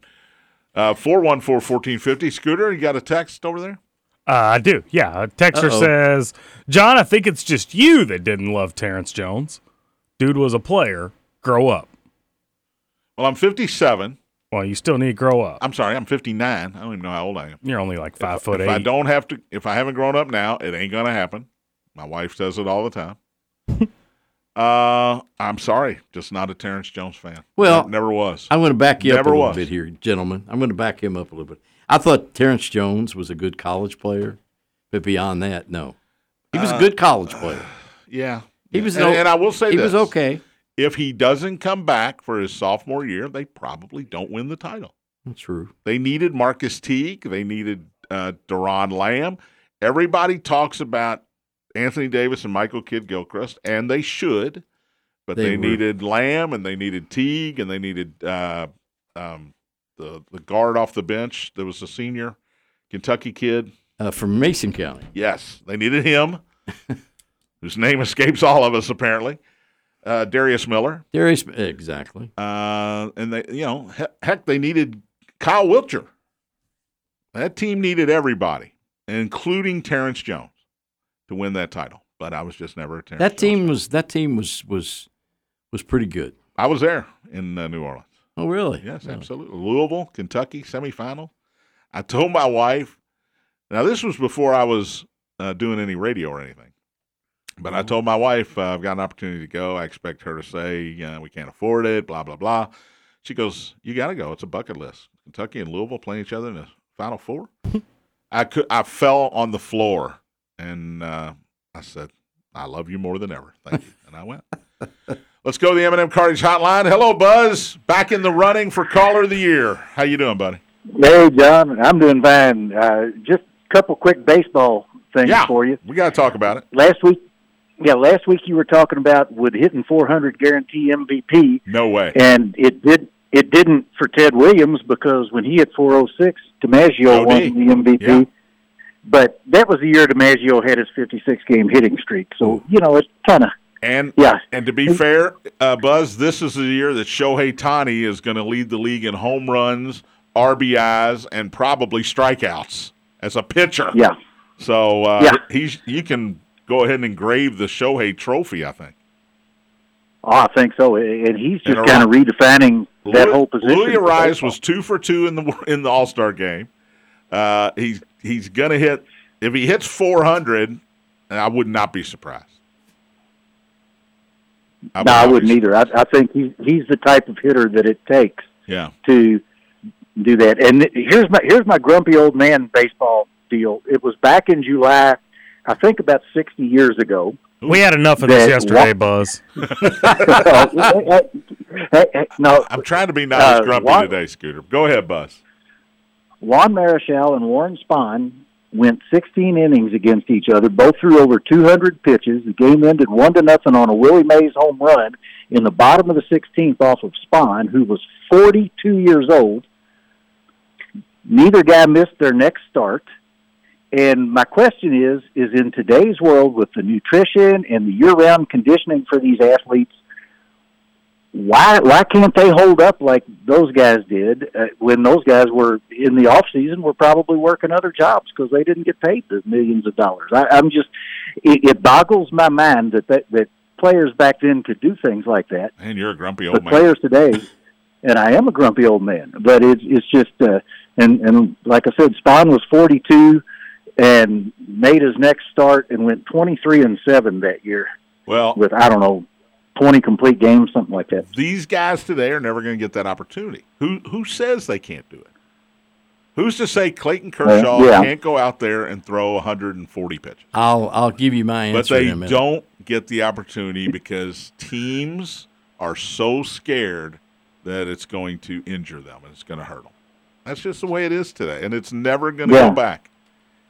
B: Uh, 414-1450. Scooter, you got a text over there?
C: Uh, I do. Yeah. A texter
D: Uh-oh.
C: says, John, I think it's just you that didn't love Terrence Jones. Dude was a player. Grow up.
B: Well, I'm 57.
C: Well, you still need to grow up.
B: I'm sorry, I'm 59. I don't even know how old I am.
C: You're only like five foot
B: if
C: eight.
B: I don't have to, if I haven't grown up now, it ain't gonna happen. My wife says it all the time. uh, I'm sorry, just not a Terrence Jones fan.
D: Well-
B: Ne- never was.
D: I'm going to back you up a
B: Never
D: little
B: was.
D: bit here, gentlemen. I'm going to back him up a little bit. I thought Terrence Jones was a good college player, but beyond that, no. He was a good college player.
B: yeah,
D: He was
B: And,
D: an o-
B: and I will Uh, say
D: he
B: this.
D: was okay.
B: If he doesn't come back for his sophomore year, they probably don't win the title.
D: True.
B: They needed Marcus Teague. They needed uh, Deron Lamb. Everybody talks about Anthony Davis and Michael Kidd Gilchrist, and they should, but
D: They
B: they,
D: were-
B: needed Lamb and they needed Teague and they needed uh, um, the the guard off the bench. There was a senior Kentucky kid.
D: Uh, from Mason County.
B: Yes, they needed him, whose name escapes all of us apparently. Uh, Darius Miller,
D: Darius, exactly.
B: uh, and they, you know, he- heck, they needed Kyle Wilcher. That team needed everybody, including Terrence Jones, to win that title. But I was just never a Terrence.
D: That
B: Jones
D: team
B: fan.
D: was that team was was was pretty good.
B: I was there in uh, New Orleans.
D: Oh, really?
B: Yes,
D: No.
B: absolutely. Louisville, Kentucky semifinal. I told my wife. Now this was before I was uh, doing any radio or anything, but I told my wife uh, I've got an opportunity to go. I expect her to say uh, we can't afford it. Blah blah blah. She goes, "You got to go. It's a bucket list. Kentucky and Louisville playing each other in the Final Four. I could. I fell on the floor and uh, I said, "I love you more than ever. Thank you." And I went. Let's go to the M&M Cartage Hotline. Hello, Buzz. Back in the running for Caller of the Year. How you doing, buddy?
F: Hey, John, I'm doing fine. Uh, just a couple quick baseball things
B: yeah,
F: for you.
B: we got to talk about it.
F: Last week, yeah, last week you were talking about would hitting 400 guarantee MVP,
B: No way.
F: and it did. It didn't for Ted Williams because when he hit 406, DiMaggio
B: OD.
F: won the MVP.
B: Oh, Yeah.
F: But that was the year DiMaggio had his 56 game hitting streak. So you know, it's kind of
B: And
F: yeah.
B: and to be fair, uh, Buzz, this is the year that Shohei Tani is going to lead the league in home runs, RBIs, and probably strikeouts as a pitcher.
F: Yeah,
B: So uh,
F: Yeah.
B: he's you can go ahead and engrave the Shohei Trophy. I think.
F: oh, I think so, and he's
B: And
F: just kind of redefining that
B: Lou-
F: whole position.
B: Louis
F: for
B: Rise
F: baseball.
B: was two for two in the in the All Star game. Uh, he's he's gonna hit if he hits 400. I would not be surprised. I would
F: No, I
B: not be
F: wouldn't
B: sur-
F: either. I, I think he's he's the type of hitter that it takes
B: Yeah,
F: to do that. And here's my here's my grumpy old man baseball deal. It was back in July, I think about sixty years ago.
C: we had enough of this
F: That
C: yesterday,
F: wa-
C: Buzz.
F: Uh, no,
B: I'm trying to be not
F: Uh,
B: as grumpy
F: Juan-
B: today, Scooter. Go ahead, Buzz.
F: Juan Marichal and Warren Spahn went 16 innings against each other. Both threw over 200 pitches. The game ended one to nothing on a Willie Mays home run in the bottom of the 16th off of Spahn, who was 42 years old. Neither guy missed their next start. And my question is: Is in today's world with the nutrition and the year-round conditioning for these athletes, why why can't they hold up like those guys did uh, when those guys were in the off season were probably working other jobs because they didn't get paid the millions of dollars I, i'm just it, it boggles my mind that, that that players back then could do things like that
B: And you're a grumpy
F: but
B: old Oh, man.
F: players today and i am a grumpy old man but it's it's just uh and and like i said spawn was forty two and made his next start and went twenty three and seven that year
B: well,
F: with i don't know twenty complete games something like that
B: these guys today are never going to get that opportunity. Who who says they can't do it? Who's to say Clayton Kershaw
F: yeah.
B: can't go out there and throw 140 pitches?
D: I'll I'll give you my
B: but
D: answer.
B: they
D: in a minute.
B: don't get the opportunity because teams are so scared that it's going to injure them and it's going to hurt them. That's just the way it is today, and it's never going to
F: Yeah.
B: go back.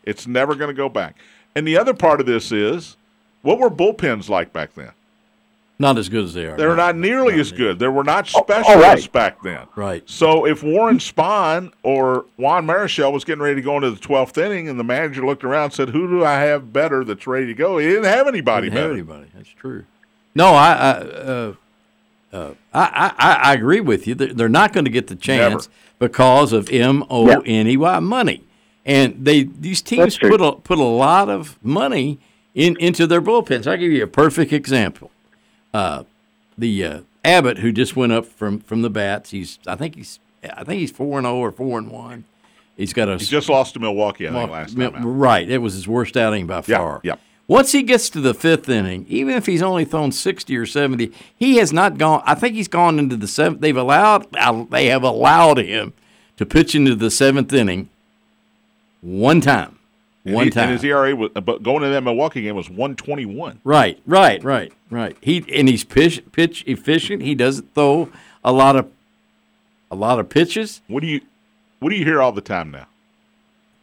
B: It's never going to go back. And the other part of this is, what were bullpens like back then?
D: Not as good as they are.
B: They were
D: now.
B: not nearly as good. There were not
F: Oh, all
B: specialists back then.
D: Right.
B: So if Warren Spahn or Juan Marichal was getting ready to go into the twelfth inning, and the manager looked around and said, "Who do I have better that's ready to go?" He didn't have anybody
D: Didn't
B: better.
D: have anybody. That's true. No, I I, uh, uh, I, I I agree with you. They're, they're not going to get the chance because of M O N E Y money, and they these teams
F: That's true.
D: put a, put a lot of money in into their bullpens. I'll give you a perfect example. Uh, the uh, Abbott who just went up from from the bats. He's I think he's I think he's four and zero or four and one. He's got a
B: He just lost to Milwaukee, I think,
D: Well,
B: last
D: mi-
B: time. out.
D: Right. It was his worst outing by
B: Yeah,
D: far.
B: yeah.
D: Once he gets to the fifth inning, even if he's only thrown 60 or 70, he has not gone. I think he's gone into the seventh. They've allowed, they have allowed him to pitch into the seventh inning one time. One
B: He-
D: time.
B: And his E ERA, was, but going into that Milwaukee game was 121.
D: Right, right, right, right. He and he's pitch pitch efficient. He doesn't throw a lot of a lot of pitches.
B: What do you, what do you hear all the time now?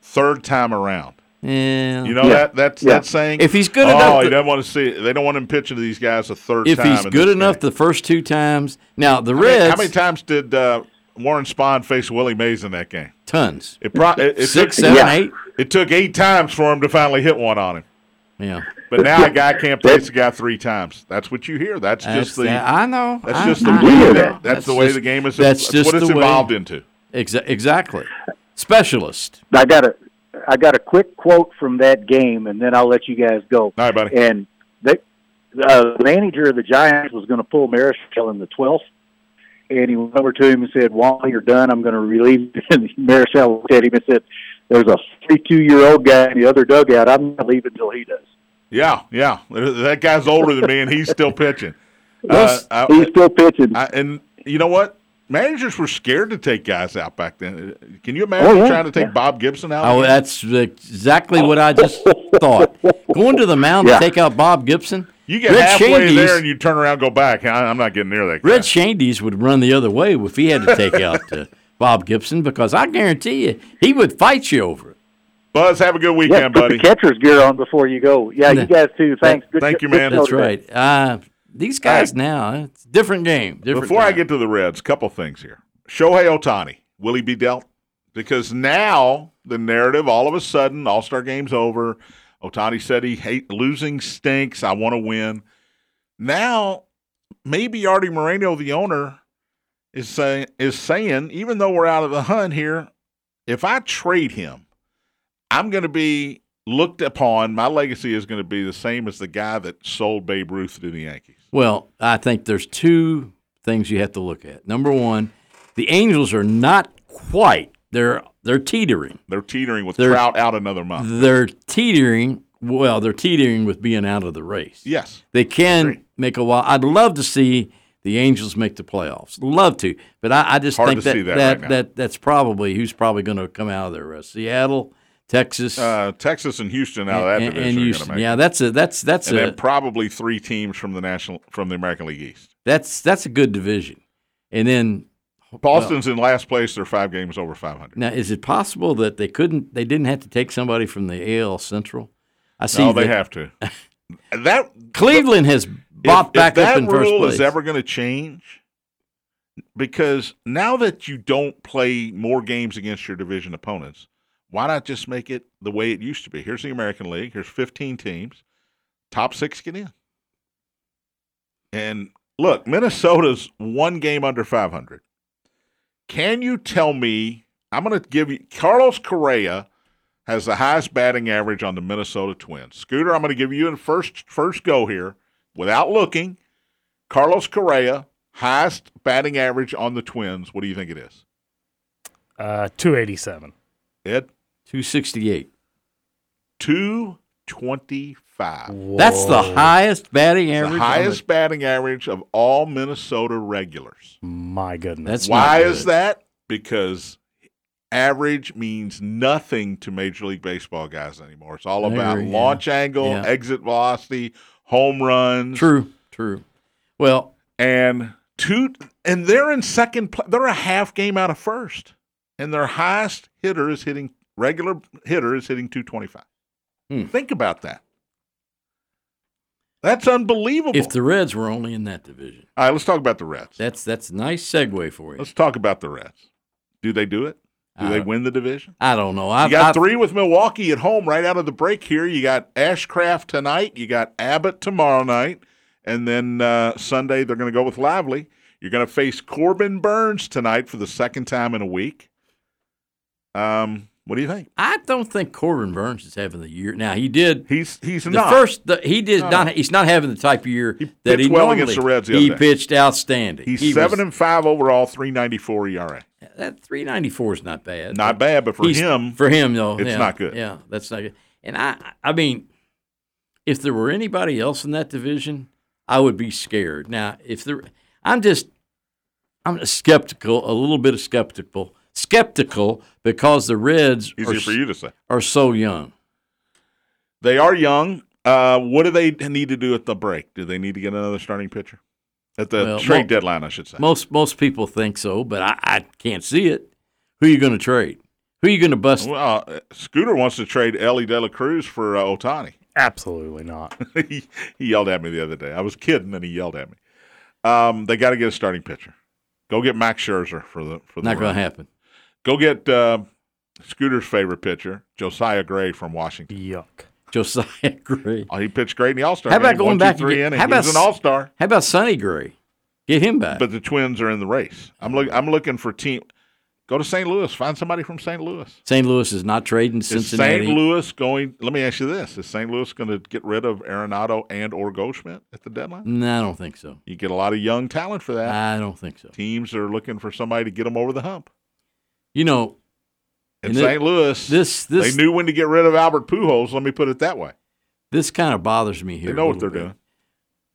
B: Third time around.
D: Yeah.
B: You know
F: Yeah.
B: that that's
F: Yeah.
B: that saying.
D: If he's good
B: oh,
D: enough
B: he
D: to-
B: doesn't want to see. They don't want him pitching to these guys a third
D: if
B: time.
D: he's
B: in
D: good
B: this
D: enough
B: game.
D: the first two times. Now the
B: I mean,
D: Reds
B: how many times did uh, Warren Spahn face Willie Mays in that game?
D: tons.
B: It, pro- it, it
D: Six,
B: took,
D: seven, eight.
F: Yeah.
B: It took eight times for him to finally hit one on him.
D: Yeah.
B: But now a guy can't face a guy three times. That's what you hear. That's,
D: That's
B: just the.
D: that. I know.
B: that's
D: I-
B: just the
D: I
B: way.
D: know.
B: that- that's, the way the game is.
D: That's,
B: That's,
D: just
B: what it's
D: the way-
B: evolved into.
D: Exa- exactly. Specialist.
F: I got a I got a quick quote from that game, and then I'll let you guys go.
B: All right, buddy.
F: And they, uh, the manager of the Giants was going to pull Marischal in the twelfth, and he went over to him and said, "Wally, you're done. I'm going to relieve." you." And Marischal looked at him and said, "There's a 42 year old guy in the other dugout. I'm not leaving until he does."
B: Yeah, yeah. That guy's older than me, and he's still pitching. Uh,
D: Let's-
B: I-
F: He's still pitching.
B: I, and you know what? Managers were scared to take guys out back then. Uh, Can you imagine
F: Oh, yeah,
B: trying to take
F: yeah.
B: Bob Gibson out?
D: Oh, that's exactly what I just thought. Going to the mound
F: Yeah.
D: to take out Bob Gibson.
B: you get
D: Red
B: halfway there
D: Shandy's-
B: and you turn around, and go back. I, I'm not getting near that.
D: Red
B: guy.
D: Shandy's would run the other way if he had to take out uh, Bob Gibson because I guarantee you he would fight you over it.
B: Buzz, have a good
F: yeah,
B: weekend,
F: put
B: buddy.
F: the catcher's gear on before you go. Yeah,
D: Yeah.
F: you guys too. Thanks. Good,
B: Thank you,
F: good
B: man.
F: show
D: That's
F: today.
D: right. Uh, these guys now, it's a different game. Different
B: Before I
D: time.
B: get to the Reds, couple things here. Shohei Otani, will he be dealt? Because now the narrative, all of a sudden, All Star Game's over. Otani said he hate losing stinks. I want to win. Now, maybe Artie Moreno, the owner, is saying is saying, even though we're out of the hunt here, if I trade him, I'm going to be looked upon. My legacy is going to be the same as the guy that sold Babe Ruth to the Yankees.
D: Well, I think there's two things you have to look at. Number one, the Angels are not quite. They're they're teetering.
B: They're teetering with
D: They're-
B: Trout out another month.
D: They're teetering. Well, they're teetering with being out of the race.
B: Yes.
D: They can make a while. I'd love to see the Angels make the playoffs. Love to, but I, I just
B: Hard
D: think
B: to
D: that
B: see that
D: that,
B: right now.
D: that that's probably who's probably going to come out of there. Uh, Seattle, Texas,
B: Uh, Texas and Houston out of that
D: and, and
B: division are
D: Houston.
B: going to make. it.
D: yeah, that's a that's that's
B: And
D: a
B: then probably three teams from the national from the American League East.
D: that's that's a good division. And then
B: Boston's in last place. They're five games over 500.
D: Now, is it possible that they couldn't? They didn't have to take somebody from the AL Central. I see.
B: No, they
D: that
B: have to. That
D: Cleveland has
B: if,
D: bopped
B: if
D: back up
B: that
D: in first
B: rule
D: place.
B: is ever going to change, because now that you don't play more games against your division opponents, why not just make it the way it used to be? Here's the American League. Here's 15 teams. Top six get in. And look, Minnesota's one game under 500. Can you tell me? I'm going to give you Carlos Correa has the highest batting average on the Minnesota Twins. Scooter, I'm going to give you a first first go here without looking. Carlos Correa highest batting average on the Twins. What do you think it is?
C: Uh, 287.
B: Ed,
D: Two sixty eight.
B: two twenty five.
D: That's the
C: Whoa.
D: highest batting average.
B: The
D: on
B: highest batting average of all Minnesota regulars.
C: My goodness.
D: That's
B: Why
D: not
B: is
D: good.
B: that? Because average means nothing to Major League Baseball guys anymore. It's all
D: I
B: about
D: agree, yeah.
B: launch angle,
D: Yeah.
B: exit velocity, home runs,
D: True. True. Well,
B: and two. And they're in second. Pl- they're a half game out of first, and their highest hitter is hitting regular hitter is hitting two twenty five.
D: Hmm.
B: Think about that. That's unbelievable.
D: if the Reds were only in that division,
B: all right, let's talk about the Reds.
D: that's that's a nice segue for you.
B: Let's talk about the Reds. Do they do it? Do
D: I
B: they
D: don't-
B: win the division?
D: I don't know. I
B: You got
D: I-
B: three with Milwaukee at home right out of the break here. You got Ashcraft tonight. You got Abbott tomorrow night. And then uh, Sunday, they're going to go with Lively. You're going to face Corbin Burns tonight for the second time in a week. Um, what do you think?
D: I don't think Corbin Burns is having the year. Now he did.
B: He's he's
D: The
B: not.
D: first, the, he did
B: No.
D: not. He's not having the type of year
B: He
D: that he
B: pitched well
D: normally.
B: against the Reds the
D: he
B: other day.
D: pitched outstanding.
B: he's
D: He was-
B: seven and five overall, three ninety four ERA.
D: that 394 is not bad.
B: E Not bad, but for
D: He's-
B: him,
D: for him though,
B: it's
D: yeah,
B: not good.
D: Yeah, that's not good. And I, I mean, if there were anybody else in that division, I would be scared. Now, if there, I'm just, I'm skeptical, a little bit of skeptical, skeptical because the Reds are,
B: easier for you to say.
D: are so young.
B: They are young. Uh, what do they need to do at the break? Do they need to get another starting pitcher at the
D: Well,
B: trade
D: mo-
B: deadline? I should say.
D: Most most people think so, but I, I can't see it. Who you going to trade? Who you going to bust?
B: well, uh, Scooter wants to trade Ellie De La Cruz for uh, Otani.
C: Absolutely not.
B: he, he yelled at me the other day. I was kidding, and he yelled at me. Um, they got to get a starting pitcher. Go get Max Scherzer for the for the
D: Not going
B: Reds.
D: to happen.
B: Go get uh, Scooter's favorite pitcher, Josiah Gray from Washington.
C: Yuck.
D: Josiah Gray.
B: Oh, he pitched great in the All Star.
D: How about going
B: one, two,
D: back and
B: three
D: get-
B: innings?
D: how
B: He was
D: about
B: an All Star,
D: How about Sonny Gray? Get him back.
B: but the Twins are in the race. I'm look. I'm looking for team. Go to St. Louis. Find somebody from St. Louis.
D: St. Louis is not trading
B: Is
D: Cincinnati.
B: St. Louis going? Let me ask you this: Is St. Louis going to get rid of Arenado and or Goldschmidt at the deadline?
D: No, Uh, I don't think so.
B: You get a lot of young talent for that.
D: I don't think so.
B: Teams are looking for somebody to get them over the hump.
D: You know,
B: In
D: And thi-
B: St. Louis,
D: this this
B: they knew when to get rid of Albert Pujols. Let me put it that way.
D: this kind of bothers me here.
B: They
D: a
B: know what they're
D: little bit.
B: doing.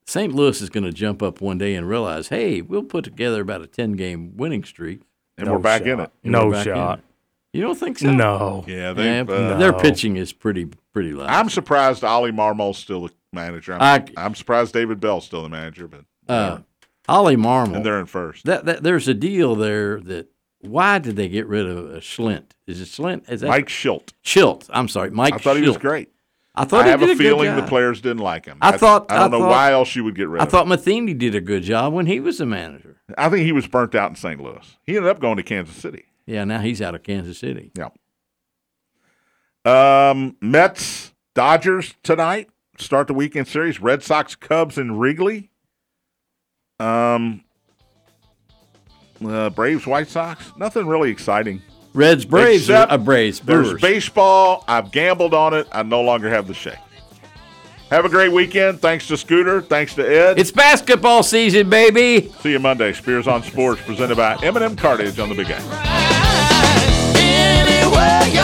D: St. Louis is going to jump up one day and realize, hey, we'll put together about a ten game winning streak.
B: And
C: No
B: we're back in
C: shot.
B: it.
D: and
C: No
D: we're back in
C: shot.
D: it. You don't think so?
C: No.
B: Yeah, they.
D: Yeah,
B: have
D: their
C: No.
D: pitching is pretty pretty loud.
B: uh, I'm surprised Ollie Marmol's still the manager. I'm,
D: I-
B: I'm surprised David Bell's still the manager, but
D: uh, Ollie Marmol.
B: and they're in first.
D: that, that there's a deal there that why did they get rid of uh, Schlint? Is it Schlint? Is that
B: Mike Schilt.
D: Schilt? I'm sorry, Mike.
B: I thought he was
D: Schilt.
B: great.
D: I thought
B: I
D: he
B: have
D: did
B: a
D: good
B: feeling the
D: job.
B: players didn't like him.
D: I thought-
B: I don't
D: I
B: know
D: thought-
B: why else you would get rid
D: I
B: of
D: thought Matheny did a good job when he was the manager.
B: him. I think he was burnt out in St. Louis. He ended up going to Kansas City.
D: Yeah, now he's out of Kansas City.
B: Yeah. Um, Mets, Dodgers tonight. Start the weekend series. Red Sox, Cubs, and Wrigley. Um, uh, Braves, White Sox. Nothing really exciting.
D: Reds, Braves, or-
B: Except
D: uh, Braves,
B: There's
D: Brewers.
B: baseball. I've gambled on it. I no longer have the shake. Have a great weekend. Thanks to Scooter. Thanks to Ed.
D: it's basketball season, baby.
B: See you Monday. Spears on Sports presented by Eminem Cartage on the Big Game.
E: Anywhere you